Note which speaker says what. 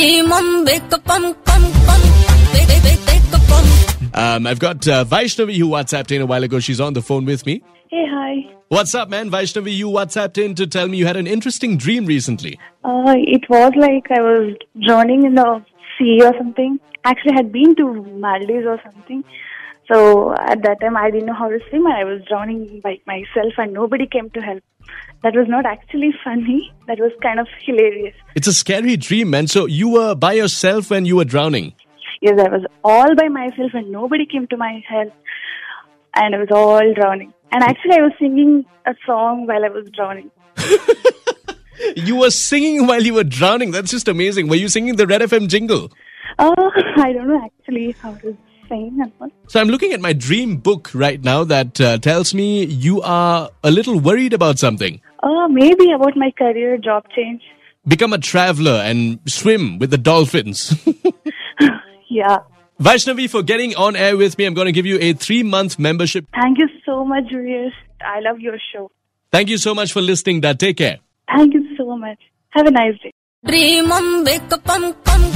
Speaker 1: Dreamum, big pum pum pum, big big big pum.
Speaker 2: Um, I've got uh, Vaishnavi who WhatsApped in a while ago. She's on the phone with me.
Speaker 3: Hey, hi.
Speaker 2: What's up, man? Vaishnavi, you WhatsApped in to tell me you had an interesting dream recently.
Speaker 3: Uh, it was like I was drowning in the sea or something. Actually, I had been to Maldives or something. So at that time, I didn't know how to swim. I was drowning by myself, and nobody came to help. That was not actually funny. That was kind of hilarious.
Speaker 2: It's a scary dream, man. So you were by yourself when you were drowning.
Speaker 3: Yes, I was all by myself, and nobody came to my help. And I was all drowning. And actually, I was singing a song while I was drowning.
Speaker 2: You were singing while you were drowning. That's just amazing. Were you singing the Red FM jingle?
Speaker 3: Oh, I don't know actually how to sing and all.
Speaker 2: So I'm looking at my dream book right now that uh, tells me you are a little worried about something.
Speaker 3: Oh, maybe about my career, job change.
Speaker 2: Become a traveler and swim with the dolphins.
Speaker 3: Yeah.
Speaker 2: Vaishnavi, for getting on air with me, I'm going to give you a three month membership.
Speaker 3: Thank you so much, Julius. I love your show.
Speaker 2: Thank you so much for listening. Da. Take care.
Speaker 3: Thank you so much. Have a nice day.
Speaker 1: Dreamum, big pum pum